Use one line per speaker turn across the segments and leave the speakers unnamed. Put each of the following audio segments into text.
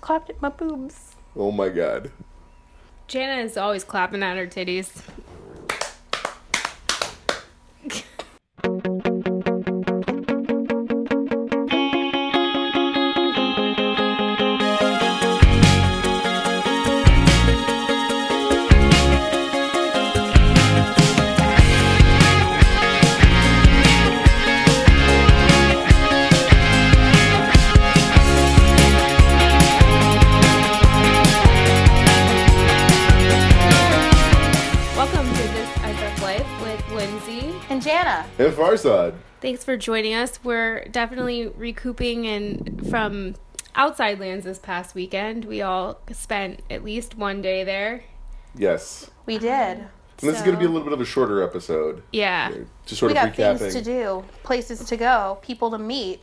clapped at my boobs.
Oh my god.
Jana is always clapping at her titties. Welcome to This As Our Life with Lindsay.
And Jana.
And Farsad.
Thanks for joining us. We're definitely recouping and from outside lands this past weekend. We all spent at least one day there.
Yes.
We did.
And this is going to be a
So-
little bit of a shorter episode.
Yeah.
Just sort
We
of
got things to
recapping.
do, places to go, people to meet.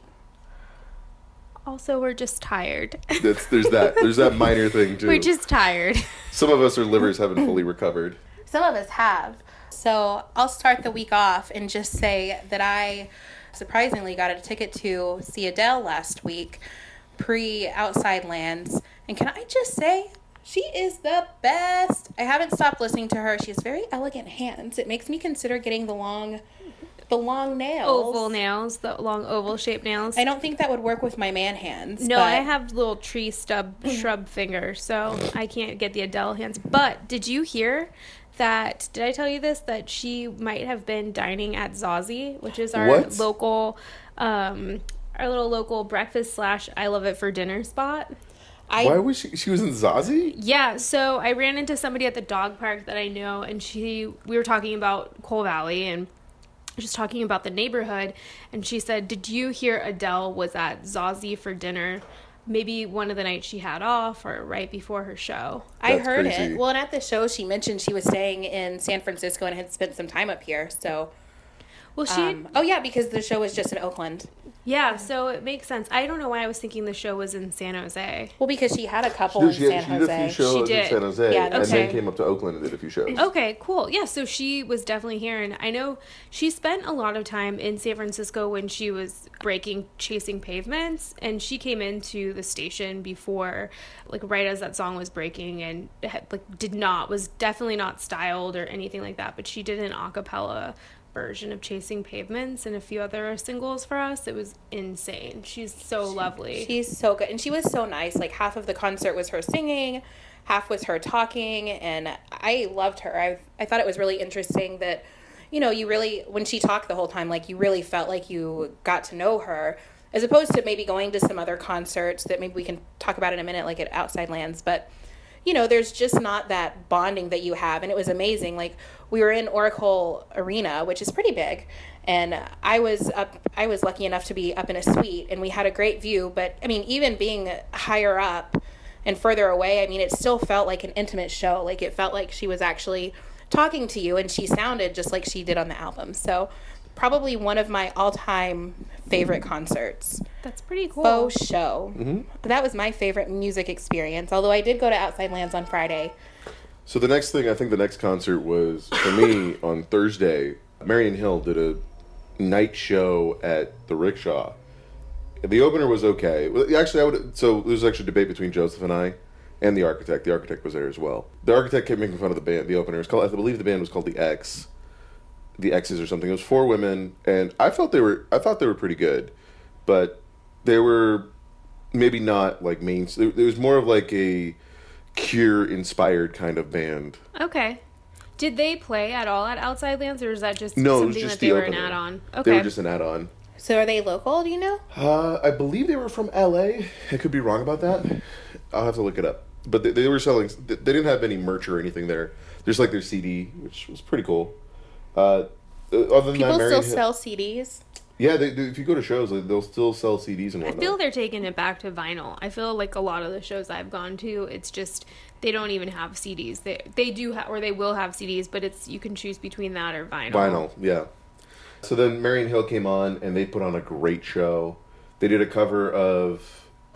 Also, we're just tired.
That's, there's that. There's that minor thing too.
we're just tired.
Some of us our livers haven't fully recovered.
Some of us have. So I'll start the week off and just say that I surprisingly got a ticket to see Adele last week, pre Outside Lands. And can I just say, she is the best. I haven't stopped listening to her. She has very elegant hands. It makes me consider getting the long, the long nails.
Oval nails, the long oval shaped nails.
I don't think that would work with my man hands.
No,
but
I have little tree stub shrub fingers, so I can't get the Adele hands. But did you hear that? Did I tell you this? That she might have been dining at Zazie, which is our
What?
local, um, our little local breakfast slash I love it for dinner spot.
I
Why was she? She was in Zazie.
Yeah, so I ran into somebody at the dog park that I know, and she we were talking about Coal Valley and just talking about the neighborhood, and she said, "Did you hear Adele was at Zazie for dinner? Maybe one of the nights she had off, or right before her show."
I
That's
heard
crazy.
it. Well, and at the show, she mentioned she was staying in San Francisco and had spent some time up here. So,
Well, she
um, oh yeah, because the show was just in Oakland.
yeah, so it makes sense. I don't know why I was thinking the show was in San Jose.
Well, because she had a couple
Dude,
in
she,
San
had, she did a
Jose.
few shows
She
in
did.
San Jose,
Yeah,
and then
okay.
came up to Oakland and did a few shows.
Okay, cool. Yeah, so she was definitely here, and I know she spent a lot of time in San Francisco when she was breaking, chasing pavements, and she came into the station before, like right as that song was breaking, and had, like did not was definitely not styled or anything like that, but she did an a cappella version of chasing pavements and a few other singles for us it was insane she's so lovely
She's so good, and she was so nice. Like half of the concert was her singing, half was her talking, and I loved her. I I thought it was really interesting that, you know, you really when she talked the whole time, like you really felt like you got to know her, as opposed to maybe going to some other concerts that maybe we can talk about in a minute, like at Outside Lands, but. You know, there's just not that bonding that you have. And it was amazing. Like, we were in Oracle Arena, which is pretty big, and I was up I was lucky enough to be up in a suite and we had a great view but I mean even being higher up and further away I mean it still felt like an intimate show like it felt like she was actually talking to you and she sounded just like she did on the album so probably one of my all-time favorite concerts
that's pretty cool
faux show
Mm-hmm.
that was my favorite music experience although I did go to Outside Lands on Friday
So the next thing, I think the next concert was for me on Thursday. Marion Hill did a night show at the Rickshaw. The opener was okay. Well, Actually, I would. So there was actually a debate between Joseph and I, and the architect. The architect was there as well. The architect kept making fun of the band. The opener was called. I believe the band was called the X, the X's or something. It was four women, and I felt they were. I thought they were pretty good, but they were maybe not like main. There there was more of like a Cure inspired kind of band.
okay did they play at all at Outside Lands, or is that just
No, it
something
was just
that they
the
were
opener.
an add-on?
They were just an add-on.
so are they local do you know
Uh, I believe they were from LA. I could be wrong about that. I'll have to look it up. But they, they were selling. They they didn't have any merch or anything there. There's like their CD, which was pretty cool. Uh, uh, other than
people
that, Mary
still
Hill-
sell CDs
Yeah, they, they- if you go to shows, like, they'll still sell CDs and
I
whatnot.
feel they're taking it back to vinyl. I feel like a lot of the shows I've gone to, it's just they don't even have CDs. They they do ha- or they will have CDs, but it's you can choose between that or vinyl.
Vinyl, yeah. So then Marion Hill came on, and they put on a great show. They did a cover of.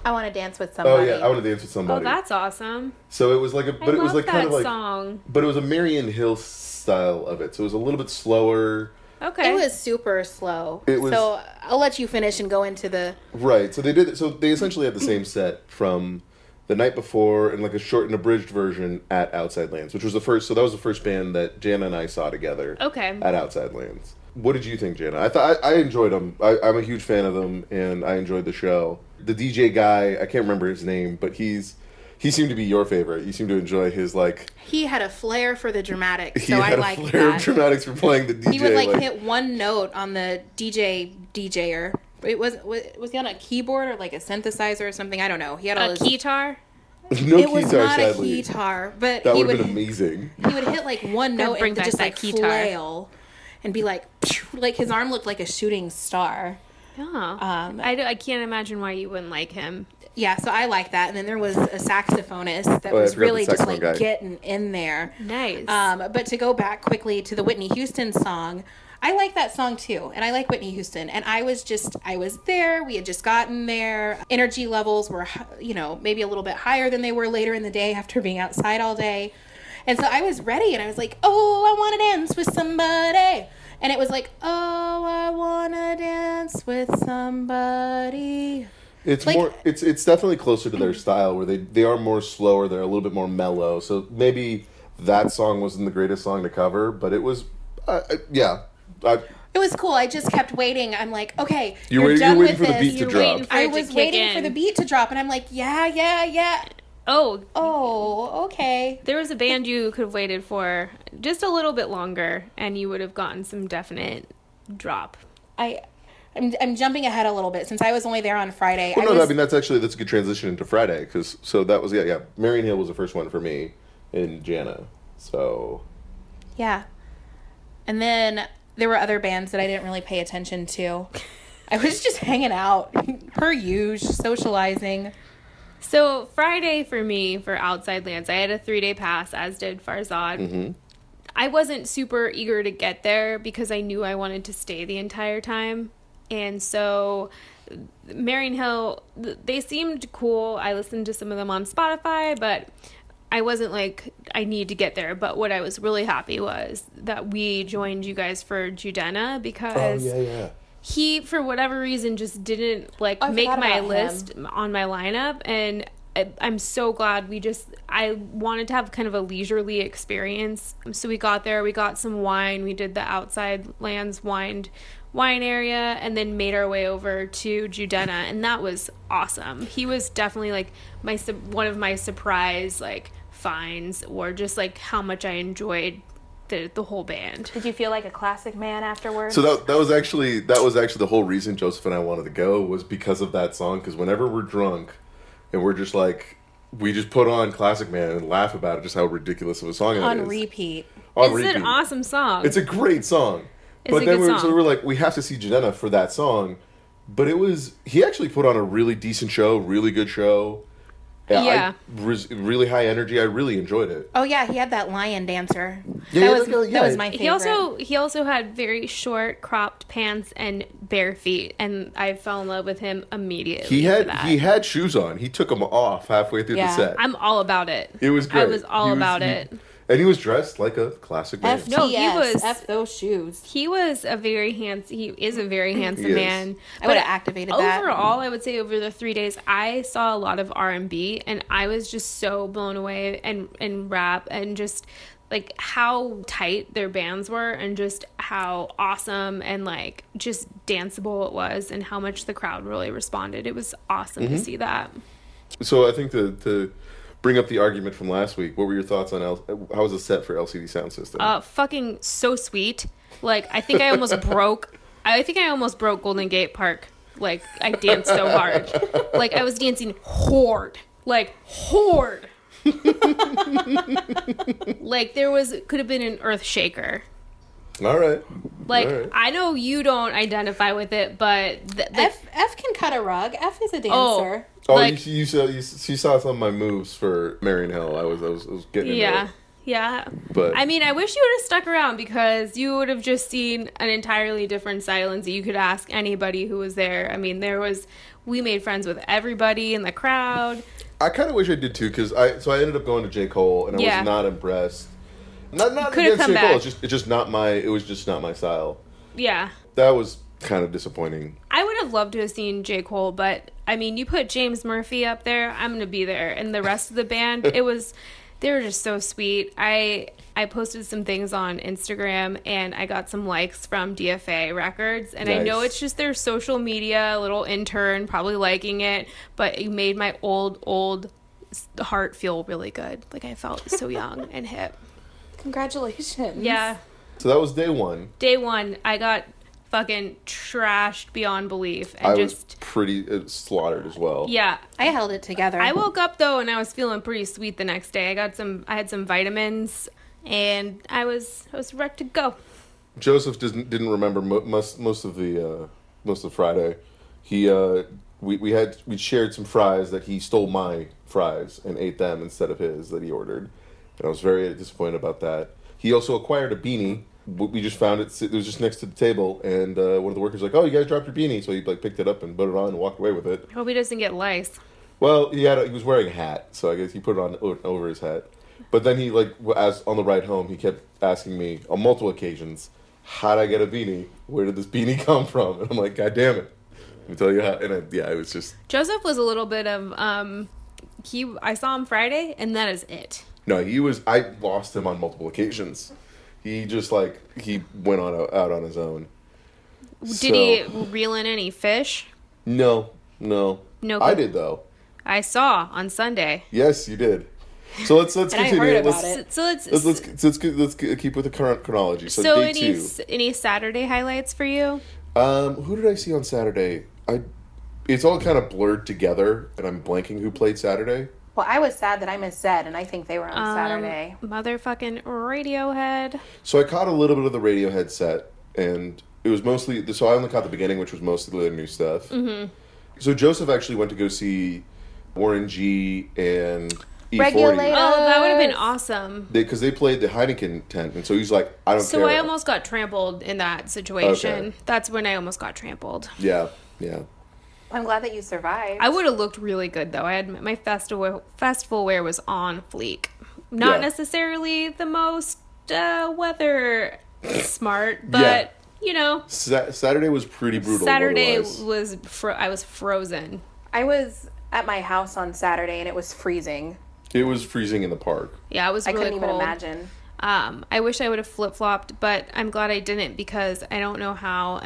I want to dance with
Oh
somebody
yeah, I want to dance with
Oh,
somebody.
that's awesome!
so it was like a, but
I
it was
love
like
that
kind of like.
song.
But it was a Marion Hill style of it, so it was a little bit slower.
Okay,
It was super slow.
It was-
so I'll let you finish and go into the.
Right. So they did. So they essentially had the same set from the night before and like a short and abridged version at Outside Lands, which was the first. So that was the first band that Jana and I saw together
Okay.
at Outside Lands. What did you think, Jana? I thought I, I enjoyed them. I, I'm a huge fan of them, and I enjoyed the show. The DJ guy, I can't remember his name, but he's he seemed to be your favorite. You seem to enjoy his like
He had a flair for the dramatic,
he
so I
had
like
a flare of
that.
dramatics for playing the DJ.
He would like,
like-
hit one note on the DJ DJer. It was was was he on a keyboard or like a synthesizer or something? I don't know. He had
A
all his.
guitar.
no
it was
guitar,
not
sadly.
a guitar, but
That
he
would
would
have been amazing.
he would hit like one note
bring
and
back
just
that
like
keytar.
flail, and be like, "Phew," like his arm looked like a shooting star.
Yeah.
Um,
I, do- I can't imagine why you wouldn't like him.
Yeah, so I like that. And then there was a saxophonist that
Oh, I forgot
was
the
really just
saxophone
like
guy.
getting in there.
Nice.
Um, but to go back quickly to the Whitney Houston song, I like that song too, and I like Whitney Houston. And I was just, I was there. We had just gotten there. Energy levels were, hi- you know, maybe a little bit higher than they were later in the day after being outside all day. And so I was ready, and I was like, "Oh, I want to dance with somebody." And it was like, "Oh, I want to dance with somebody."
It's
Like-
more. It's it's definitely closer to their style, where they they are more slower. They're a little bit more mellow. So maybe that song wasn't the greatest song to cover, but it was. Uh, uh, yeah, I,
It was cool. I just kept waiting. I'm like, "Okay,
You're
you're,
waiting-
done
you're
with
waiting for the
this."
beat to
You're
drop.
waiting for
I
it to
was
kick
waiting for
in.
the beat to drop, and I'm like, yeah, yeah, yeah.
Oh,
Oh, okay.
there was a band you could have waited for just a little bit longer, and you would have gotten some definite drop.
I, I'm, I'm jumping ahead a little bit since I was only there on Friday.
well,
I
no,
was,
I mean that's actually that's a good transition into Friday because so that was yeah yeah. Marion Hill was the first one for me, and Jana. So
yeah. And then there were other bands that I didn't really pay attention to. I was just hanging out, per usual, socializing.
So Friday for me for Outside Lands, I had a three day pass, as did Farzad. I wasn't super eager to get there because I knew I wanted to stay the entire time, and so Marion Hill, th- they seemed cool. I listened to some of them on Spotify, but I wasn't like I need to get there. But what I was really happy was that we joined you guys for Judena because
Oh, yeah.
he for whatever reason just didn't like
Oh, I
make
forgot
my
about
list on my lineup and I, i'm so glad we just i wanted to have kind of a leisurely experience so we got there we got some wine we did the outside lands wine wine area and then made our way over to judena and that was awesome he was definitely like my su- one of my surprise like finds or just like how much i enjoyed the, the whole band
Did you feel like a classic man afterwards?
So that that was actually that was actually the whole reason Joseph and I wanted to go was because of that song. Because whenever we're drunk, and we're just like we just put on Classic Man and laugh about it, just how ridiculous of a song it is.
on repeat.
On
it's an
repeat.
awesome song
It's a great song.
It's
but
a
then
good
we were, So
song.
we were like, we have to see Janetta for that song. But it was he actually put on a really decent show, really good show. I-
Yeah.
res- really high energy. I really enjoyed it.
Oh yeah, he had that lion dancer.
Yeah,
that was
yeah, yeah.
that was my favorite.
He also he also had very short cropped pants and bare feet, and I fell in love with him immediately.
He
for
had
that.
he had shoes on. He took them off halfway through
Yeah.
the set.
I'm all about it.
It was great.
I was all
He
about
he-
it.
And he was dressed like a classic man.
FTS,
No, he was-
F those shoes.
He was a very handsome. He is a very handsome
He is.
man.
I would have activated that.
Overall, I would say over the three days, I saw a lot of R and B, and I was just so blown away and and rap and just like how tight their bands were and just how awesome and like just danceable it was and how much the crowd really responded. It was awesome
Mm-hmm.
to see that.
So I think to, to bring up the argument from last week, what were your thoughts on L- how was the set for LCD Sound System?
Uh, fucking so sweet. Like I think I almost broke. I think I almost broke Golden Gate Park. Like I danced so hard. Like I was dancing hard. Like hard. like there was could have been an earth shaker.
All right.
Like
All right.
I know you don't identify with it, but th- like,
F F can cut a rug. F is a dancer.
Oh.
Oh,
like-
you, you saw you, you saw some of my moves for Marion Hill. I was I was, I was getting into
yeah,
it.
yeah.
But
I mean, I wish you would have stuck around because you would have just seen an entirely different silence that you could ask anybody who was there. I mean, there was we made friends with everybody in the crowd.
I kind of wish I did too because I so I ended up going to J Cole and I
Yeah.
was not impressed. Not not
Could've
against
come
J Cole.
back.
It's just it's just not my it was just not my style.
Yeah.
That was kind of disappointing.
I would have loved to have seen J. Cole, but I mean, you put James Murphy up there, I'm going to be there. And the rest of the band, it was they were just so sweet. I I posted some things on Instagram and I got some likes from DFA Records and I know
Nice.
it's just their social media little intern probably liking it, but it made my old old s- heart feel really good. Like I felt so young and hip.
Congratulations.
Yeah.
So that was day one.
Day 1, I got fucking trashed beyond belief and
I
just
was pretty uh, slaughtered as well.
yeah,
I held it together.
I woke up though and I was feeling pretty sweet the next day. I got some I had some vitamins and I was I was ready to go.
Joseph doesn't didn't remember mo- most most of the uh, most of Friday. He uh, we we had we shared some fries that he stole my fries and ate them instead of his that he ordered, and I was very disappointed about that. He also acquired a beanie. We we just found it. sit- It was just next to the table, and uh, one of the workers was like, "Oh, you guys dropped your beanie," so he like picked it up and put it on and walked away with it.
Hope he doesn't get lice.
Well, he had a, he was wearing a hat, so I guess he put it on o- over his hat. But then he like w- as on the ride home, he kept asking me on multiple occasions, "How'd I get a beanie? Where did this beanie come from?" And I'm like, "God damn it!" Let me tell you how. And I, yeah, it was just
Joseph was a little bit of um he I saw him Friday and that is it.
no. He was I lost him on multiple occasions. He just like he went on o- out on his own.
Did
So-
he reel in any fish?
No, no,
No
I
good.
did though.
I saw on Sunday.
Yes, you did. So let's let's
And I
continue.
heard about
let's,
it.
So, so it's
let's, let's let's let's keep with the current chronology. So,
so
day
any
two.
s- any Saturday highlights for you?
Um, who did I see on Saturday? I, it's all kind of blurred together, and I'm blanking who played Saturday.
Well, I was sad that I missed Zed, and I think they were on
Um,
Saturday.
Motherfucking Radiohead.
So I caught a little bit of the Radiohead set, and it was mostly. So I only caught the beginning, which was mostly the new stuff. Mm-hmm. So Joseph actually went to go see Warren G and E40
Regulate-
Oh, that would have been
Yes.
awesome.
because they, played the Heineken tent, and so he's like, I don't
So
care.
I almost got trampled in that situation. That's when I almost got trampled.
yeah, yeah.
I'm glad that you survived.
I would have looked really good though. I had my festival festival wear was on fleek. Not
Yeah.
necessarily the most uh, weather smart, but
Yeah.
you know,
Sa- Saturday was pretty brutal.
Saturday
weather-wise.
was fro- I was frozen.
I was at my house on Saturday, and it was freezing.
it was freezing in the park.
Yeah, I was
I
really
couldn't
cold.
even imagine.
Um, I wish I would have flip flopped, but I'm glad I didn't because I don't know how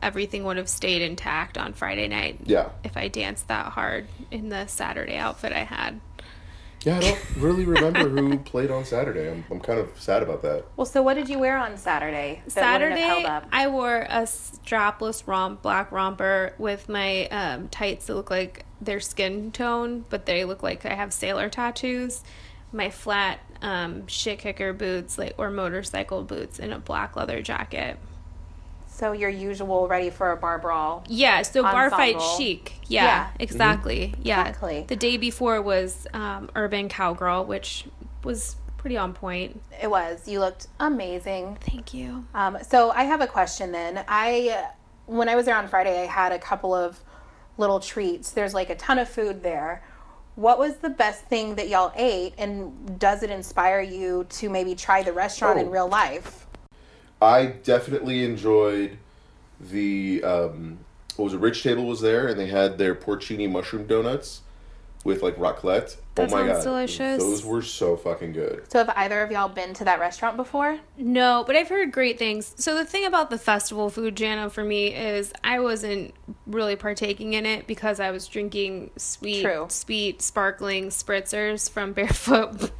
everything would have stayed intact on Friday night.
Yeah,
if I danced that hard in the Saturday outfit I had.
yeah. I don't really remember who played on Saturday. I'm, I'm kind of sad about that.
Well, so what did you wear on Saturday? that wouldn't have
Saturday,
held up?
I wore a strapless romp, black romper with my um, tights that look like their skin tone, but they look like I have sailor tattoos. My flat um, shit kicker boots, like or motorcycle boots, and a black leather jacket.
So your usual ready for a bar brawl.
Yeah, so bar fight
Ensemble.
chic. Yeah,
Yeah.
exactly. Yeah.
Exactly.
The day before was um, urban cowgirl, which was pretty on point.
It was. You looked amazing.
Thank you.
Um, so I have a question then. I when I was there on Friday, I had a couple of little treats. There's like a ton of food there. What was the best thing that y'all ate, and does it inspire you to maybe try the restaurant
Oh.
in real life?
I definitely enjoyed the um, what was it? Rich Table was there, and they had their porcini mushroom donuts with like raclette. Oh
That sounds delicious.
Those were so fucking good.
So have either of y'all been to that restaurant before?
No, but I've heard great things. So the thing about the festival food, Jana, for me is I wasn't really partaking in it because I was drinking sweet,
True.
sweet sparkling spritzers from Barefoot.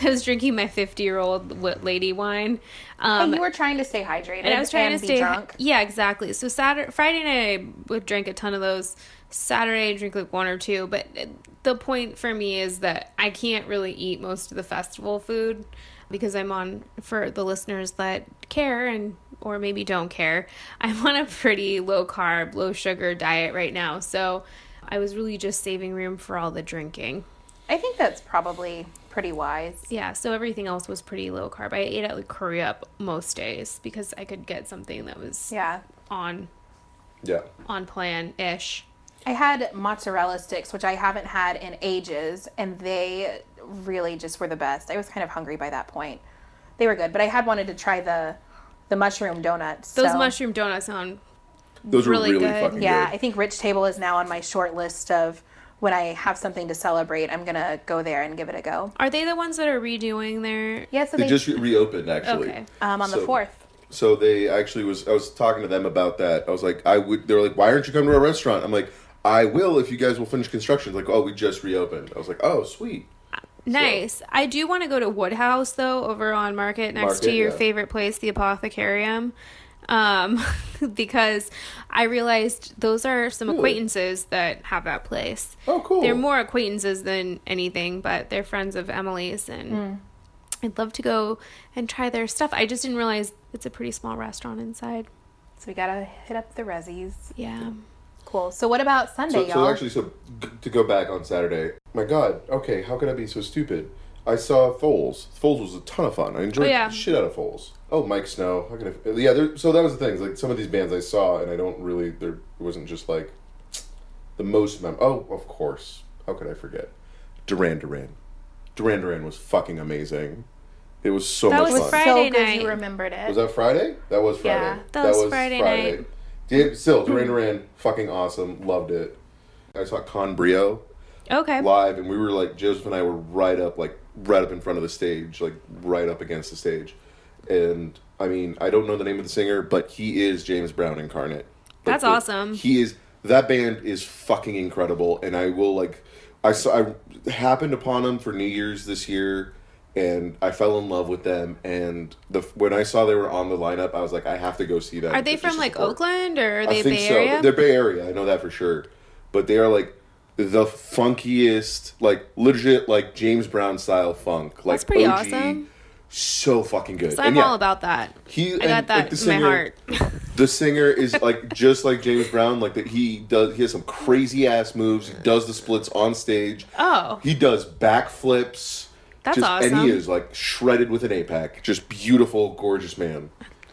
I was drinking my fifty-year-old lady wine. Um,
But you were trying to stay hydrated
and I was trying
and
to
be
stay
drunk.
Yeah, exactly. So Saturday, Friday night, I would drink a ton of those. Saturday, I drink like one or two. But uh, the point for me is that I can't really eat most of the festival food because I'm on for the listeners that care and or maybe don't care. I'm on a pretty low carb, low sugar diet right now, so I was really just saving room for all the drinking.
I think that's probably pretty wise.
Yeah, so everything else was pretty low carb. I ate at like Korea up most days because I could get something that was
Yeah.
on
Yeah,
on plan ish.
I had mozzarella sticks, which I haven't had in ages, and they really just were the best. I was kind of hungry by that point. They were good, but I had wanted to try the the mushroom donuts.
Those
so-
mushroom donuts sound
Those
really
were really
good.
fucking
Yeah, I
good.
think Rich Table is now on my short list of when I have something to celebrate, I'm gonna go there and give it a go.
Are they the ones that are redoing their?
Yeah, so
They
they,
just re- reopened actually.
Okay.
um on the
so-
fourth.
So they actually was I was talking to them about that. I was like, I would. They were like, why aren't you coming to our restaurant? I'm like, I will if you guys will finish construction. Like, oh, we just reopened. I was like, oh, sweet.
Nice. I do want to go to Woodhouse though, over on Market next to
Market,
your
yeah.
favorite place, the Apothecarium, um, because I realized those are some acquaintances that have that place.
Oh, cool.
They're more acquaintances than anything, but they're friends of Emily's, and
Hmm.
I'd love to go and try their stuff. I just didn't realize it's a pretty small restaurant inside.
So we gotta hit up the Rezies.
Yeah.
Cool. So what about Sunday,
So,
y'all?
so actually, so g- to go back on Saturday, my God, okay, how could I be so stupid? I saw Foles. Foles was a ton of fun. I enjoyed
Oh, yeah.
the shit out of Foles. Oh, Mike Snow. How could I? Yeah, there, so that was the thing. is, Like some of these bands I saw, and I don't really. There it wasn't just like the most. Mem- oh, of course. How could I forget? Duran Duran. Duran Duran was fucking amazing. It was so
That
much
was
fun.
Friday
so good
night.
you remembered it.
Was that Friday? That was Friday.
Yeah,
that was Friday night.
Did, still, Duran Duran, fucking awesome. Loved it. I saw Con Brio
Okay.
live, and we were like, Joseph and I were right up, like, right up in front of the stage, like, right up against the stage. And I mean, I don't know the name of the singer, but he is James Brown incarnate. Like,
That's
the-
awesome.
He is. That band is fucking incredible, and I will like. I saw. I happened upon them for New Year's this year, and I fell in love with them. And the when I saw they were on the lineup, I was like, I have to go see that.
Are they
just to
from like
support.
Oakland or are
I
they
think
Bay
so.
Area?
They're Bay Area. I know that for sure. But they are like the funkiest, like legit, like James Brown style funk. Like
That's pretty
OG.
awesome.
So fucking good.
So I'm
And yeah,
all about that.
He
I got that in my heart.
the singer is like just like James Brown, like that he does he has some crazy ass moves. He does the splits on stage.
Oh.
He does backflips.
That's
just, And he
awesome.
is like shredded with an APAC. Just beautiful, gorgeous man.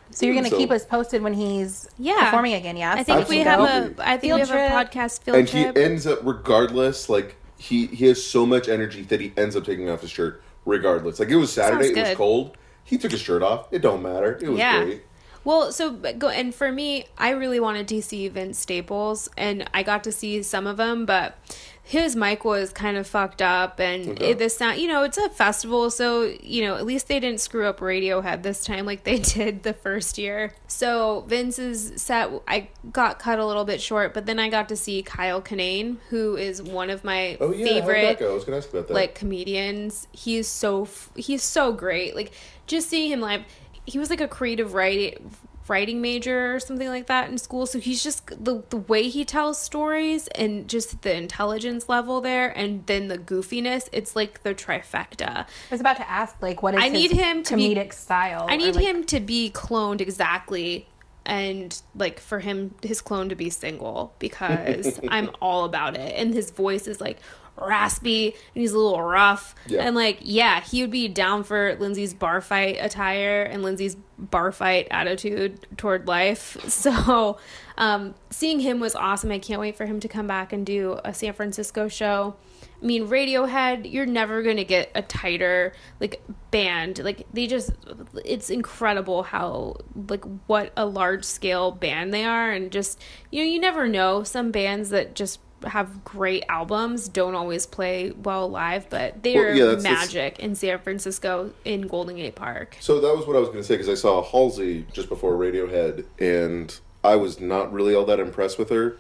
so you're gonna
so-
keep us posted when he's
Yeah.
performing again, yeah?
I think we have a.
Absolutely.
I think
Field
we have
trip.
a podcast field
and he
trip.
ends up regardless, like he he has so much energy that he ends up taking off his shirt regardless. Like it was Saturday,
Sounds
it was
good.
cold. He took his shirt off. It don't matter. It was
yeah.
great.
Well, so but go and for me, I really wanted to see Vince Staples, and I got to see some of them, but his mic was kind of fucked up, and
Okay.
it, the sound. You know, it's a festival, so you know at least they didn't screw up Radiohead this time like they did the first year. So Vince's set, I got cut a little bit short, but then I got to see Kyle Kinane, who is one of my
Oh yeah, how did that
favorite
go? I was gonna ask about that.
like comedians. He is so f- he's so great. Like just seeing him live, he was like a creative writing writing major or something like that in school. So he's just the the way he tells stories and just the intelligence level there, and then the goofiness. It's like the trifecta.
I was about to ask like what is
I
his
need him to be-
comedic style.
I
or,
need
like-
him to be cloned exactly. And like for him, his clone to be single because I'm all about it. And his voice is like raspy and he's a little rough.
Yeah.
And like, yeah, he would be down for Lindsay's bar fight attire and Lindsay's bar fight attitude toward life. So um, seeing him was awesome. I can't wait for him to come back and do a San Francisco show. I mean, Radiohead, you're never going to get a tighter like band. Like they just it's incredible how like what a large scale band they are and just you know, you never know some bands that just have great albums don't always play well live, but they
Well,
are
yeah, that's- that's-
magic in San Francisco in Golden Gate Park.
So that was what I was going to say because I saw Halsey just before Radiohead, and I was not really all that impressed with her.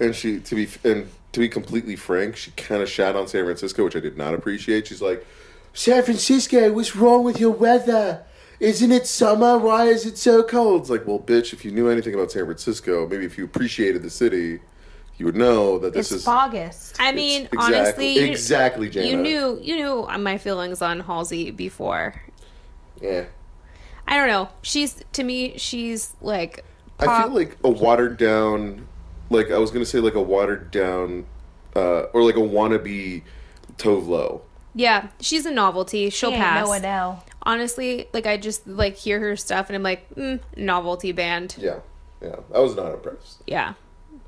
And she, to be and to be completely frank, she kind of shat on San Francisco, which I did not appreciate. She's like, "San Francisco, what's wrong with your weather? Isn't it summer? Why is it so cold?" It's like, well, bitch, if you knew anything about San Francisco, maybe if you appreciated the city, you would know that this
it's
is.
August.
I mean,
Exactly-
honestly, you-
exactly, Jana.
you knew you knew my feelings on Halsey before.
Yeah.
I don't know. She's to me, she's like
I
pop-
feel like a watered down, like I was gonna say, like a watered down, uh, or like a wannabe Tovlo.
yeah, she's a novelty. She'll
He ain't
pass.
No e- Adele.
Honestly, like I just like hear her stuff and I'm like, mm, novelty band.
Yeah, yeah, I was not impressed.
Yeah.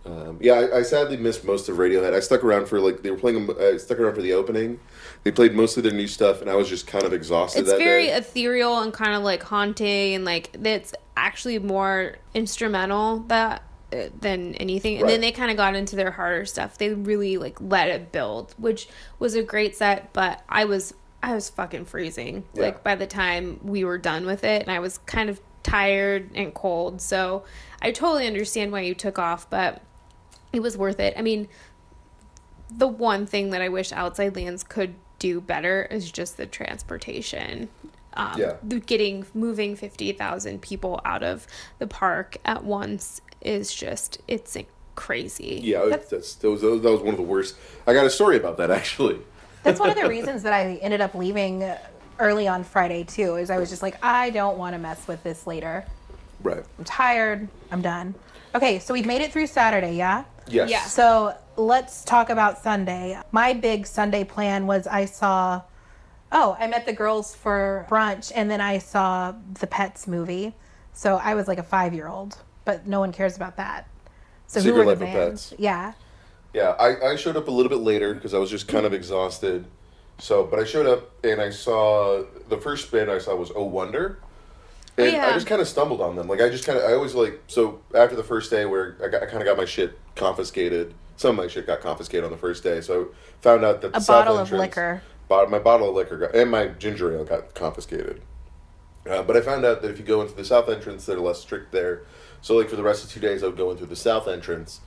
Um, yeah, I, I sadly missed most of Radiohead. I stuck around for like they were playing. I stuck around for the opening. They played mostly their new stuff, and I was just kind of exhausted.
It's
that
very uh,
day.
ethereal and kind of like haunting and like it's actually more instrumental that uh, than anything. And
Right.
then they kind of got into their harder stuff. They really like let it build, which was a great set, but I was I was fucking freezing.
Yeah.
Like by the time we were done with it and I was kind of tired and cold. So I totally understand why you took off, but it was worth it. I mean, the one thing that I wish Outside Lands could do better is just the transportation. Um,
Yeah.
the Getting moving fifty thousand people out of the park at once is just it's like, crazy.
Yeah, that's, that's, that, was, that was one of the worst. I got a story about that actually.
That's one of the reasons that I ended up leaving early on Friday too. Is I was just like, I don't want to mess with this later.
Right.
I'm tired. I'm done. Okay, so we've made it through Saturday, yeah?
Yes.
Yeah.
So let's talk about Sunday. My big Sunday plan was I saw, oh, I met the girls for brunch and then I saw the Pets movie. So I was like a five year old, but no one cares about that. So
Secret
who were the
Life of
fans?
Pets.
Yeah.
Yeah, I, I showed up a little bit later because I was just kind of exhausted. So, but I showed up and I saw the first spin I saw was Oh Wonder.
Oh,
And I
yeah.
just kind of stumbled on them. Like, I just kind of, I always like, so after the first day where I, got, I kind of got my shit confiscated, some of my shit got confiscated on the first day. So I found out that the
A
South
bottle of
entrance-
liquor.
Bot- my bottle of liquor got, and my ginger ale got confiscated. Uh, but I found out that if you go into the south entrance, they're less strict there. So like for the rest of two days, I would go into the south entrance,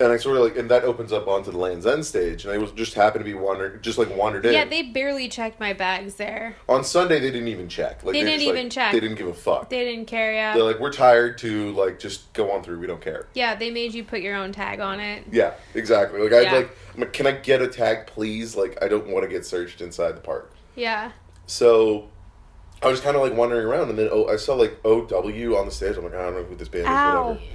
and I sort of like, and that opens up onto the Land's End stage, and I was just happened to be wandered, just like wandered in.
Yeah, they barely checked my bags there.
on Sunday they didn't even check. Like
They
were
didn't
just, like,
even check.
They didn't give a fuck.
They didn't carry
They're
out.
like, we're tired to like just go on through. We don't care.
Yeah, they made you put your own tag on it.
Yeah, exactly. Like I
Yeah.
would like, I'm like, can I get a tag, please? Like I don't want to get searched inside the park.
Yeah.
So I was kind of like wandering around, and then oh, I saw like OW on the stage. I'm like, I don't know who this band
Ow.
is, whatever.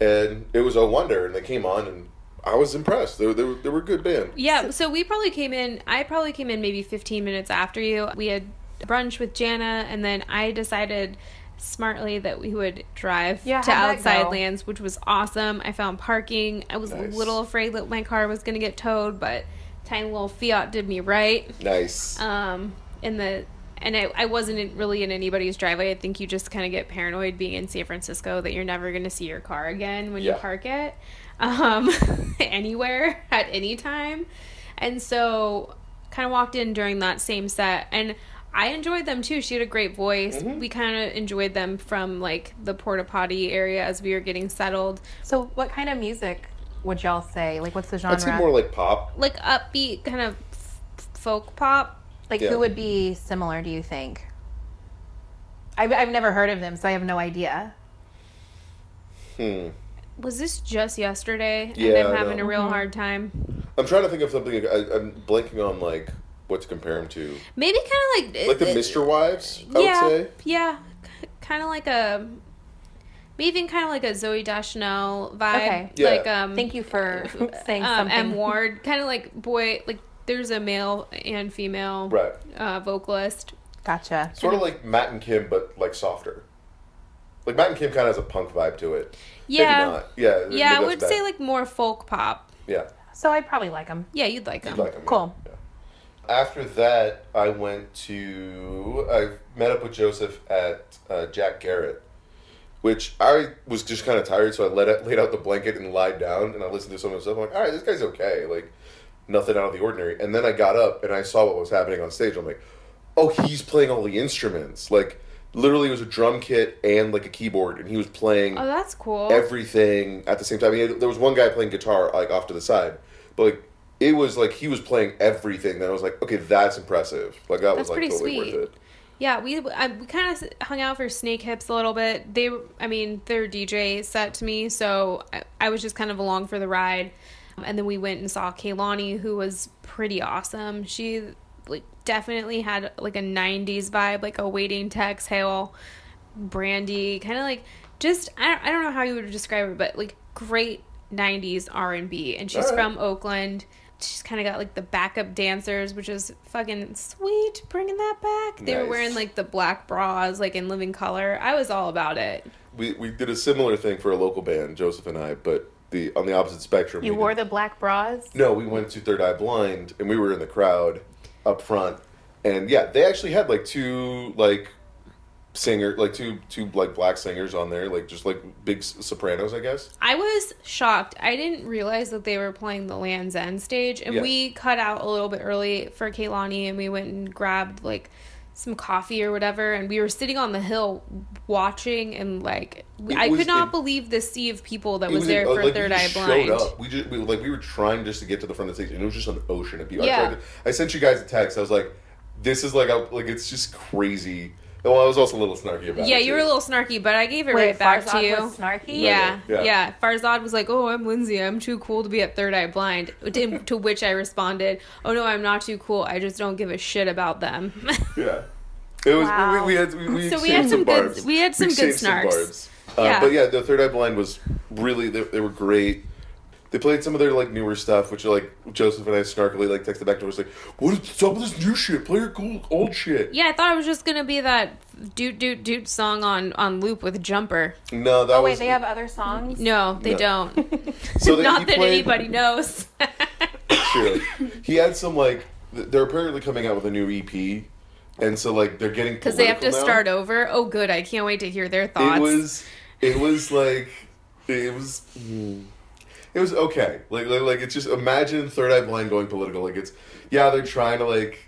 And it was a wonder, and they came on, and I was impressed. They were, they were, they were a good band.
Yeah, so we probably came in. I probably came in maybe 15 minutes after you. We had brunch with Jana, and then I decided smartly that we would drive
Yeah,
to
how'd that
outside
go?
lands, which was awesome. I found parking. I was
Nice.
a little afraid that my car was going to get towed, but tiny little Fiat did me right.
Nice.
Um, and the and I, I wasn't in- really in anybody's driveway. I think you just kind of get paranoid being in San Francisco that you're never going to see your car again when
Yeah.
you park it um, anywhere at any time. And so kind of walked in during that same set and I enjoyed them too. She had a great voice.
Mm-hmm.
We kind of enjoyed them from like the porta potty area as we were getting settled.
So what kind of music would y'all say? Like, what's the genre?
I'd say more like pop.
Like upbeat kind of f- folk pop.
Like
Yeah.
who would be similar? Do you think? I've I've never heard of them, so I have no idea.
Hmm.
Was this just yesterday?
Yeah,
and
I
I'm having
know.
a real hard time.
I'm trying to think of something. I, I'm blanking on like what to compare them to.
Maybe kind of like
Like the
uh,
Mister Wives, I
yeah,
would say.
yeah, kind of like a maybe kind of like a Zoe Deschanel vibe.
Okay.
Yeah.
Like um,
Thank you for saying
um,
something.
M Ward, kind of like boy, like there's a male and female
Right.
uh, vocalist.
Gotcha.
Sort of like Matt and Kim, but like softer. Like Matt and Kim kind of has a punk vibe to it. Maybe
Yeah,
not. Yeah. maybe
yeah, I
that's
would
bad.
say like more folk pop.
Yeah.
So I'd probably like them.
Yeah, you'd like them.
Like them, yeah.
Cool.
Yeah. After that, I went to. I met up with Joseph at uh, Jack Garrett, which I was just kind of tired, so I let it, laid out the blanket and lied down, and I listened to some of his stuff. I'm like, all right, this guy's okay. Like, nothing out of the ordinary. And then I got up and I saw what was happening on stage. I'm like, oh, he's playing all the instruments. Like, literally, it was a drum kit and like a keyboard, and he was playing
oh, that's cool.
everything at the same time. I mean, there was one guy playing guitar like off to the side, but like it was like he was playing everything. That I was like, okay, that's impressive. Like that
That's
was like
pretty
totally
sweet.
worth it.
Yeah, we I, we kind of hung out for Snake Hips a little bit. They, were- I mean, their DJ set to me, so I, I was just kind of along for the ride. Um, And then we went and saw Kaylani, who was pretty awesome. She like definitely had like a '90s vibe, like a waiting to exhale, brandy, kind of like just I don't, I don't know how you would describe her, but like great '90s R and B. And she's
All right.
from Oakland. She's kind of got like the backup dancers, which is fucking sweet. Bringing that back. They were
Nice.
wearing like the black bras, like in Living Color. I was all about it.
We we did a similar thing for a local band, Joseph and I, but the on the opposite spectrum.
You
we
wore
did-
the black bras.
no. We went to Third Eye Blind, and we were in the crowd up front, and yeah, they actually had like two like singer, like two two like black singers on there, like just like big s- sopranos, I guess.
I was shocked. I didn't realize that they were playing the Land's End stage, and
Yeah.
we cut out a little bit early for Kaylani, and we went and grabbed like some coffee or whatever, and we were sitting on the hill watching, and like
It
I
was-
could not
it-
believe the sea of people that
It
was, there
uh,
for
like, we
Third Eye
just
Blind.
Showed up. We just we, like we were trying just to get to the front of the stage, and it was just an ocean of people. I,
Yeah.
tried to, I sent you guys a text. I was like, "This is like a, like it's just crazy." Well, I was also a little snarky about it.
Yeah, you
too.
were a little snarky, but I gave it
Wait,
right back to
Farzad
you.
was snarky?
Yeah,
Yeah.
yeah, Farzad was like, "Oh, I'm Lindsay. I'm too cool to be at Third Eye Blind." To to which I responded, "Oh no, I'm not too cool. I just don't give a shit about them."
Yeah. It was
Wow.
we, we had we, we
So we
exchanged
had
some
some good-
barbs.
we had some good
exchanged
snarks.
barbs. Uh,
Yeah.
But yeah, the Third Eye Blind was really they, they were great. They played some of their like newer stuff, which like Joseph and I snarkily like texted back to us like, "What is up with this new shit? Play your cool old shit."
yeah, I thought it was just gonna be that doot doot doot song on on loop with Jumper.
No, that
Oh,
was
wait, they have other songs?
No, they
No.
don't.
so that he
Not that
played-
anybody knows.
Sure. He had some like th- they're apparently coming out with a new EP, and so like they're getting
Because they have to
political now.
start over. Oh, good. I can't wait to hear their thoughts.
It was, it was like, it was, hmm. it was okay. Like, like, like it's just imagine Third Eye Blind going political. Like, it's yeah, they're trying to like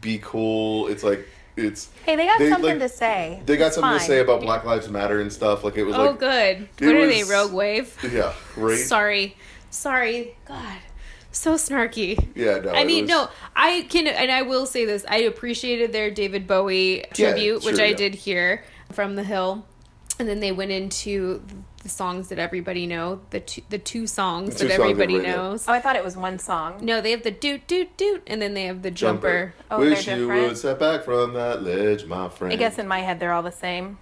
be cool. It's like it's
Hey, they got
They,
something
like-
to say.
they got
It's
something to
fine.
say about Black Lives Matter and stuff. Like, it was
oh,
like
good.
it
What are they,
was-
Rogue Wave?
yeah, right.
Sorry. Sorry. God. So snarky.
Yeah, no.
I
it
mean,
was-
no, I can, and I will say this. I appreciated their David Bowie
Yeah,
tribute, which
sure,
I
yeah.
did hear from The Hill, and then they went into the songs that everybody know, the two, the two songs
The two
that
songs
everybody
everybody know.
knows.
Oh, I thought it was one song.
No, they have the doot doot doot, and then they have the jumper.
Oh, they're
Wish you
different.
would step back from that ledge, my friend.
I guess in my head they're all the same.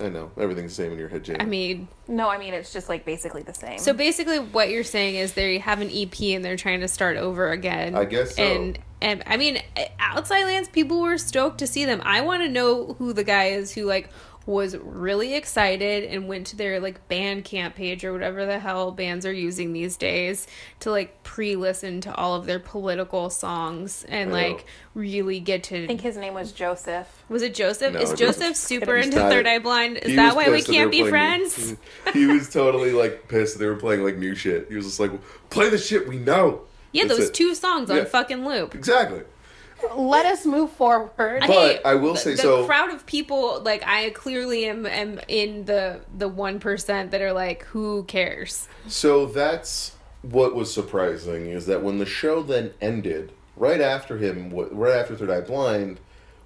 I know everything's the same in your head, Jamie.
I mean,
No, I mean it's just like basically the same.
so basically, what you're saying is they have an EP and they're trying to start over again.
I guess so.
And and I mean, outside lands people were stoked to see them. I want to know who the guy is who like was really excited and went to their like band camp page or whatever the hell bands are using these days to like pre-listen to all of their political songs and
I know.
like really get to
I think his name was Joseph.
Was it Joseph?
No,
is
it
Joseph
was-
super
it was
into
not-
Third Eye Blind? Is
He
that
was
why we
pissed that they
can't
were
be
playing Mm. new-
friends?
he was totally like pissed that they were playing like new shit. He was just like, play the shit we know.
Yeah,
That's
those
it.
two songs
Yeah.
on fucking loop.
Exactly.
Let us move forward.
But I will
the-
say-
the
so-
crowd of people, like I clearly am, am in the the one percent that are like, who cares?
So that's what was surprising is that when the show then ended, right after him, wa- right after Third Eye Blind,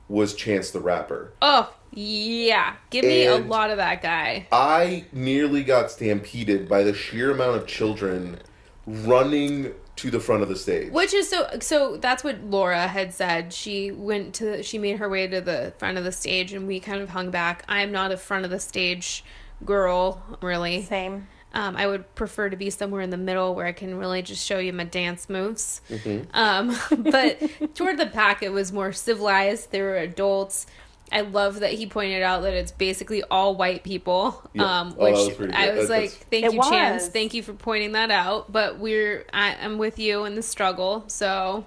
was Chance the Rapper.
Oh yeah, give me a
And-
lot of that guy.
I nearly got stampeded by the sheer amount of children running to the front of the stage.
Which is so so that's what Laura had said. She went to she made her way to the front of the stage and we kind of hung back. I'm not a front of the stage girl, really.
Same.
Um, I would prefer to be somewhere in the middle where I can really just show you my dance moves.
Mm-hmm.
Um, but toward the back, it was more civilized. There were adults. I love that he pointed out that it's basically all white people,
Yeah.
um,
Oh, that
which
was pretty
I
good.
was
That-
like,
that's-
"Thank
It
you, Chance.
was.
Thank you for pointing that out." But we're I, I'm with you in the struggle, so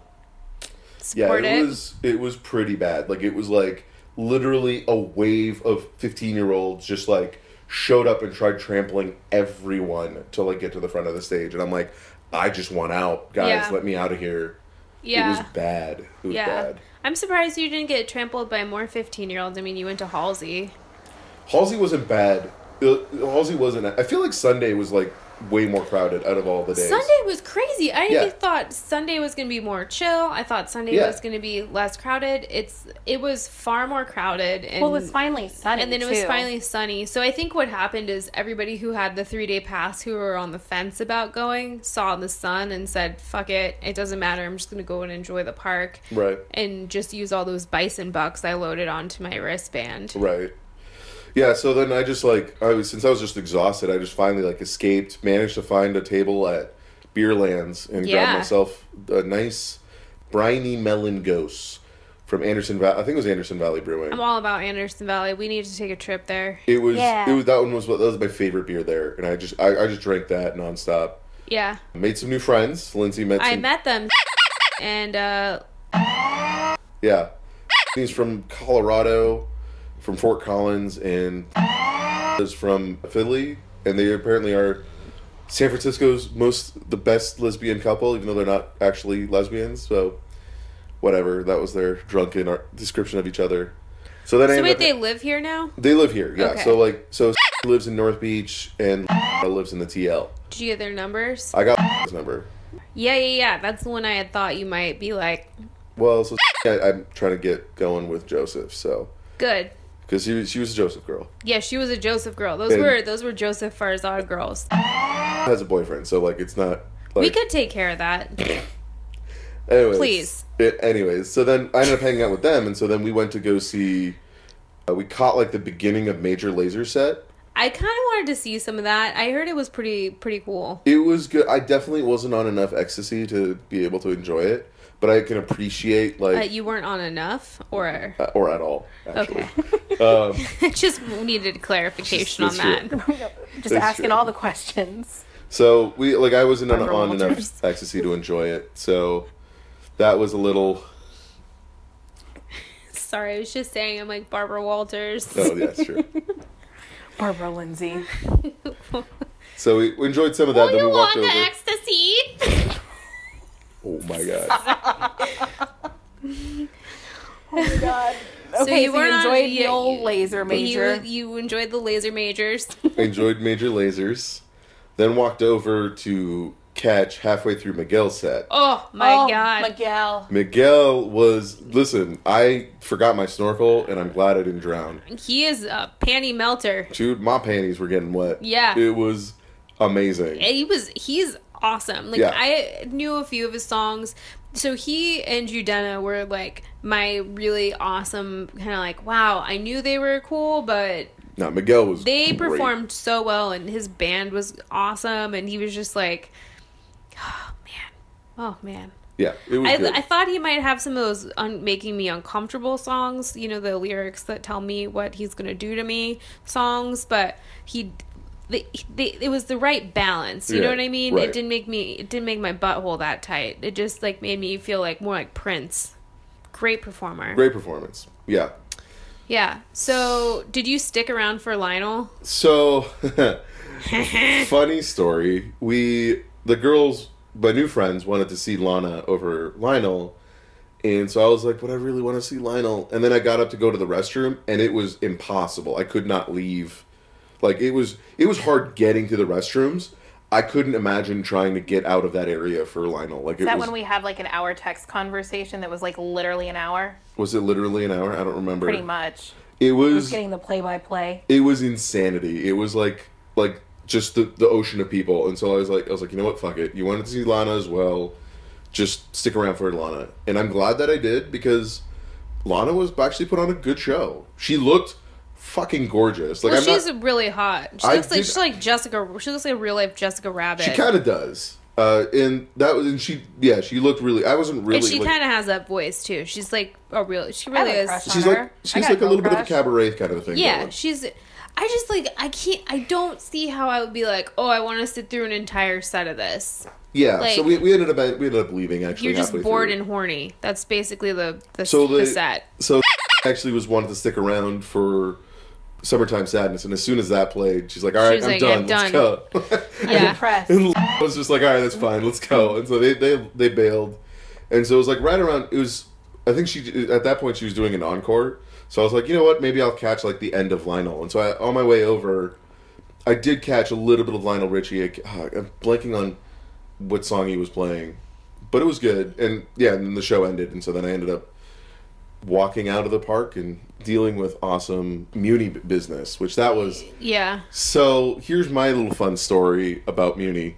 Yeah,
support
it, was it was pretty bad. Like it was like literally a wave of fifteen year olds just like showed up and tried trampling everyone to like get to the front of the stage, and I'm like, I just want out, guys.
Yeah.
Let me out of here.
yeah.
It was bad. It was
yeah,
bad.
I'm surprised you didn't get trampled by more 15 year olds. I mean, you went to Halsey.
Halsey wasn't bad. Uh, Halsey wasn't. I feel like Sunday was like way more crowded out of all the days.
Sunday was crazy. I
Yeah.
thought Sunday was going to be more chill. I thought Sunday
Yeah.
was going to be less crowded. It's it was far more crowded and
Well, it was finally sunny.
and then it was
too.
finally sunny. So I think what happened is everybody who had the 3-day pass who were on the fence about going saw the sun and said, "Fuck it. It doesn't matter. I'm just going to go and enjoy the park."
Right.
And just use all those bison bucks I loaded onto my wristband.
Right. Yeah, so then I just like I was since I was just exhausted, I just finally like escaped, managed to find a table at Beerlands and
Yeah.
grabbed myself a nice briny melon ghost from Anderson Valley. I think it was Anderson Valley Brewing.
I'm all about Anderson Valley. We need to take a trip there.
It was
Yeah.
it was that one was what that was my favorite beer there, and I just I, I just drank that nonstop.
Yeah.
Made some new friends. Lindsay met.
I
some-
met them and uh
Yeah, he's from Colorado. from Fort Collins and is from Philly, and they apparently are San Francisco's most the best lesbian couple, even though they're not actually lesbians. So, whatever. That was their drunken ar- description of each other. So then I
So
ended
wait,
up-
they live here now?
they live here, yeah.
Okay.
So like, so lives in North Beach and lives in the TL.
Did you get their numbers?
I got his number.
Yeah, yeah, yeah. That's the one I had thought you might be like,
Well, so I, I'm trying to get going with Joseph, so
good.
because she, she was a Joseph girl,
Yeah, she was a Joseph girl. Those
And-
were those were Joseph Farzad girls.
has a boyfriend, so like it's not. Like,
We could take care of that.
anyways,
please.
It, anyways, so then I ended up hanging out with them, and so then we went to go see. Uh, we caught like the beginning of Major Laser Set.
I kind of wanted to see some of that. I heard it was pretty pretty cool.
It was good. I definitely wasn't on enough ecstasy to be able to enjoy it, but I can appreciate
Uh,
like
you weren't on enough, or
uh, or at all actually.
okay.
Um,
Just needed clarification
Just-
on
that's
that.
Just
That's
asking
true.
all the questions.
So we like I wasn't on,
Barbara
on
Walters.
enough ecstasy to enjoy it. So that was a little.
Sorry, I was just saying. I'm like Barbara Walters.
Oh yeah, it's true.
Barbara Lindsay.
So we, we enjoyed some of that.
Were
then
Oh, you
we walked
on
over.
the ecstasy?
oh my god!
God. Okay, so
you
you,
weren't on-
enjoyed
yeah,
the oh old
you-
laser major.
You you enjoyed the laser majors.
enjoyed major lasers. Then walked over to catch halfway through Miguel's set.
Oh my
Oh,
god.
Miguel.
Miguel was listen. I forgot my snorkel, and I'm glad I didn't drown.
He is a panty melter.
Dude, my panties were getting wet.
Yeah.
it was amazing.
And he was he's awesome like
Yeah.
i knew a few of his songs so he and judenna were like my really awesome kind of like wow i knew they were cool but
no, Miguel was.
they
great.
performed so well and his band was awesome and he was just like oh man oh man
Yeah, it was
I,
good.
I thought he might have some of those un- making me uncomfortable songs, you know, the lyrics that tell me what he's going to do to me songs, but he. They, they, it was the right balance you know
Yeah,
what i mean
right.
it didn't make me it didn't make my butthole that tight it just like made me feel like more like prince great performer
great performance. Yeah,
yeah so did you stick around for lionel
So, funny story. We the girls, my new friends, wanted to see Lana over Lionel, and so I was like, "But I really want to see Lionel." And then I got up to go to the restroom, and it was impossible. I could not leave. Like it was, it was hard getting to the restrooms. I couldn't imagine trying to get out of that area for Lionel. Like it
Is that
was,
when we had like an hour text conversation that was like literally an hour?
was it literally an hour? I don't remember.
Pretty much.
It
Just
was
getting the play by play.
it was insanity. It was like like just the, the ocean of people. And so I was like I was like, you know what, fuck it. You wanted to see Lana as well. Just stick around for Lana. And I'm glad that I did because Lana was actually put on a good show. She looked fucking gorgeous. Like
well
I'm
she's
not,
really hot she
I
looks like
did-
she's like jessica she looks like real life jessica rabbit
she kinda does. Uh, and that was and she yeah, she looked really I wasn't really
and she
like-
kind of has that voice too she's like a real she
I
really
have a
is
crush on
she's
her.
like
I
she's
got
like a little bit of a
crush.
cabaret kind of thing.
Yeah,
going.
she's. I just like I can't. I don't see how I would be like, oh, I want to sit through an entire set of this.
Yeah. so
like-
we, we ended up we ended up leaving actually.
You're just
halfway
bored
through.
and horny. That's basically the the,
So
the
the-
set.
So actually was wanted to stick around for summertime sadness, and as soon as that played, she's like, "All right,
was
I'm
like,
done.
"I'm
let's
done."
go."
Yeah.
Press.
and I was just like, "All right, that's fine. Let's go." And so they they they bailed, and so it was like right around. It was I think she at that point she was doing an encore. So I was like, you know what? Maybe I'll catch like the end of Lionel. And so I, on my way over, I did catch a little bit of Lionel Richie. I, ah, I'm blanking on what song he was playing, but it was good. And yeah, and then the show ended, and so then I ended up walking out of the park and dealing with awesome Muni b- business, which that was.
Yeah.
So here's my little fun story about Muni.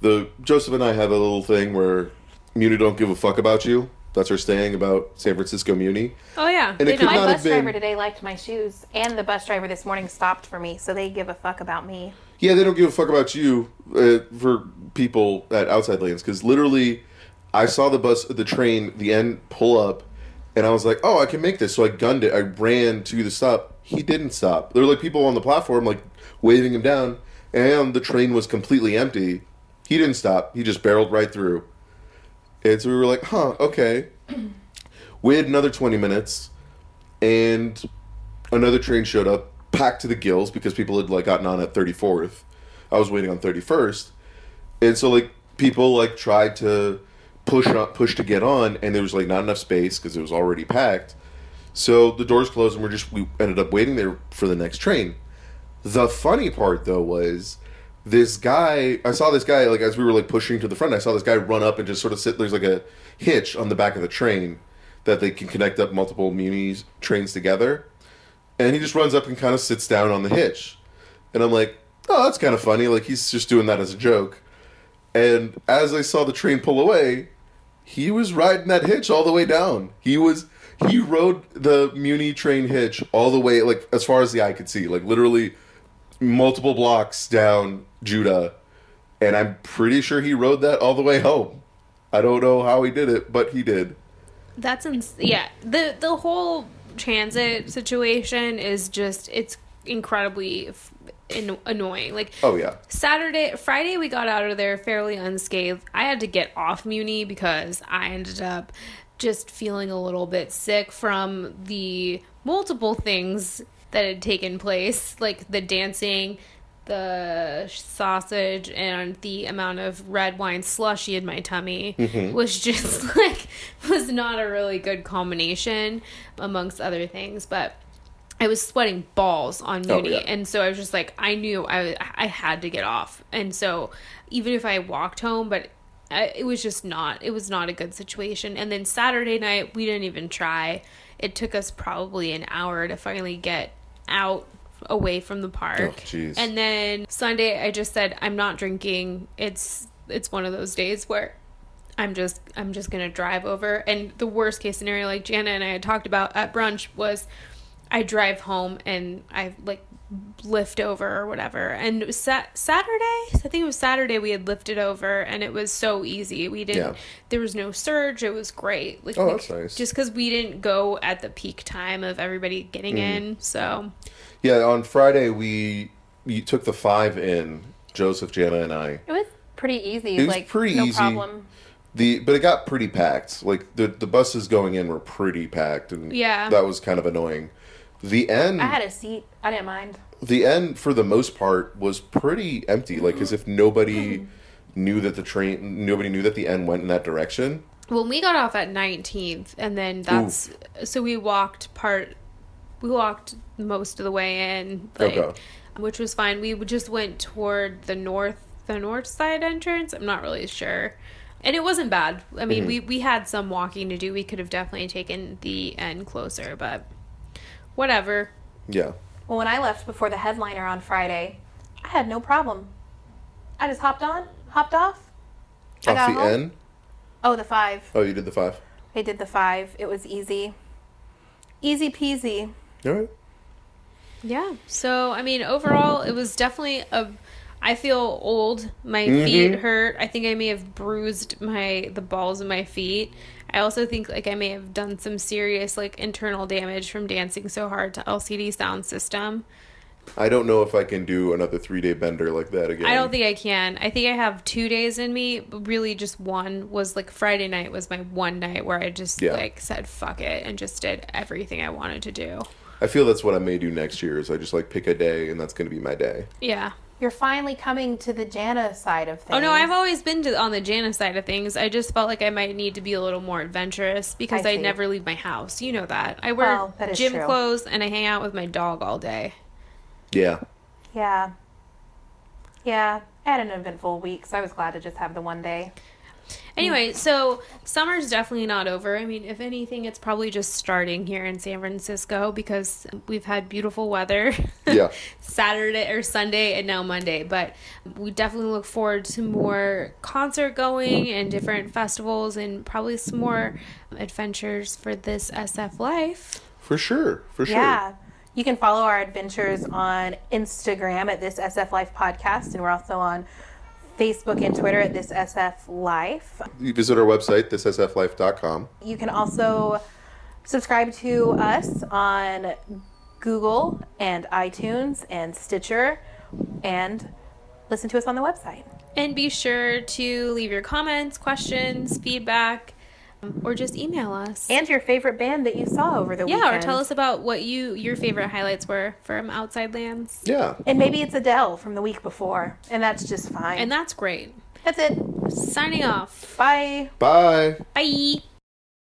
The Joseph and I have a little thing where Muni don't give a fuck about you. That's our saying about San Francisco Muni.
Oh yeah.
And it
They
could
don't.
My
not have
bus driver
been-
today liked my shoes, and the bus driver this morning stopped for me, so they give a fuck about me.
Yeah, they don't give a fuck about you uh, for people at outside lanes because literally, I saw the bus, the train, the end pull up, and I was like, "Oh, I can make this!" So I gunned it. I ran to the stop. He didn't stop. There were like people on the platform, like waving him down, and the train was completely empty. He didn't stop. He just barreled right through. And so we were like, "Huh, okay." Waited another twenty minutes, and another train showed up, packed to the gills because people had like gotten on at 34th. I was waiting on 31st, and so like people like tried to push on, push to get on, and there was like not enough space because it was already packed. So the doors closed, and we're just we ended up waiting there for the next train. The funny part though was this guy. I saw this guy like as we were like pushing to the front. I saw this guy run up and just sort of sit. There's like a hitch on the back of the train that they can connect up multiple munis trains together, and he just runs up and kind of sits down on the hitch. And I'm like, oh, that's kind of funny. Like he's just doing that as a joke. And as I saw the train pull away, he was riding that hitch all the way down. He was he rode the Muni train hitch all the way like as far as the eye could see, like literally multiple blocks down Judah. And I'm pretty sure he rode that all the way home. I don't know how he did it, but he did.
That's ins- yeah. The the whole transit situation is just it's incredibly f- in- annoying. Like
Oh yeah.
Saturday, Friday, we got out of there fairly unscathed. I had to get off Muni because I ended up just feeling a little bit sick from the multiple things that had taken place, like the dancing, the sausage, and the amount of red wine slushy in my tummy was just like, was not a really good combination, amongst other things. But I was sweating balls on
Oh,
Mooney,
yeah.
and so I was just like, I knew I I had to get off, and so even if I walked home, but I, it was just not it was not a good situation. And then Saturday night we didn't even try. It took us probably an hour to finally get out away from the park.
Oh, jeez.
and then Sunday I just said I'm not drinking. It's it's one of those days where I'm just I'm just gonna drive over. And the worst case scenario, like Jana and I had talked about at brunch, was I drive home and I like lift over or whatever. And it was sa- Saturday, I think it was Saturday we had lifted over, and it was so easy. We didn't.
Yeah.
There was no surge. It was great. Like,
Oh,
we-
that's nice.
Just because we didn't go at the peak time of everybody getting
Mm.
in, so
Yeah, on Friday we you took the five in, Joseph, Jana, and I.
It was pretty easy.
It was
like
pretty
no
easy.
problem.
The but it got pretty packed. Like the the buses going in were pretty packed, and
Yeah.
that was kind of annoying. The end,
I had a seat. I didn't mind.
the end for the most part was pretty empty. Like as if nobody knew that the train, nobody knew that the end went in that direction.
when we got off at 19th and then that's so we walked part we walked most of the way in like
Okay.
which was fine we just went toward the north the north side entrance i'm not really sure and it wasn't bad i mean we we had some walking to do we could have definitely taken the end closer but whatever
Yeah,
Well, when I left before the headliner on Friday, I had no problem. I just hopped on, hopped off. I
off
got
the
home.
end.
Oh, the five.
Oh, you did the five.
I did the five. It was easy. Easy peasy.
All right.
Yeah. So I mean, overall, it was definitely a. I feel old. My feet hurt. I think I may have bruised my the balls of my feet. I also think like I may have done some serious like internal damage from dancing so hard to LCD sound system.
I don't know if I can do another three day bender like that again.
I don't think I can. I think I have two days in me, but really just one was like Friday night was my one night where I just
Yeah.
like said fuck it and just did everything I wanted to do.
I feel that's what I may do next year. Is I just like pick a day, and that's going to be my day.
Yeah.
You're finally coming to the Jana side of things.
Oh no, I've always been to, on the Janice side of things. I just felt like I might need to be a little more adventurous because
I
I,
see.
never leave my house. You know that. I wear
Well, that is
gym
true.
clothes and I hang out with my dog all day.
Yeah.
Yeah. Yeah. I had an eventful week, so I was glad to just have the one day. Mm.
Anyway, so summer's definitely not over. I mean, if anything, it's probably just starting here in San Francisco because we've had beautiful weather.
Yeah.
Saturday or Sunday and now Monday. But we definitely look forward to more concert going and different festivals and probably some more adventures for this SF life.
For sure. For sure.
Yeah. You can follow our adventures on Instagram at this SF Life podcast, and we're also on Facebook and Twitter at this SF Life.
You visit our website, thissflife.com.
You can also subscribe to us on Google and iTunes and Stitcher and listen to us on the website.
And be sure to leave your comments, questions, feedback or just email us.
And your favorite band that you saw over the
yeah,
weekend.
or tell us about what you your favorite highlights were from Outside Lands.
Yeah.
And maybe it's Adele from the week before, and that's just fine.
And that's great.
that's it.
Signing off.
Bye.
Bye.
Bye.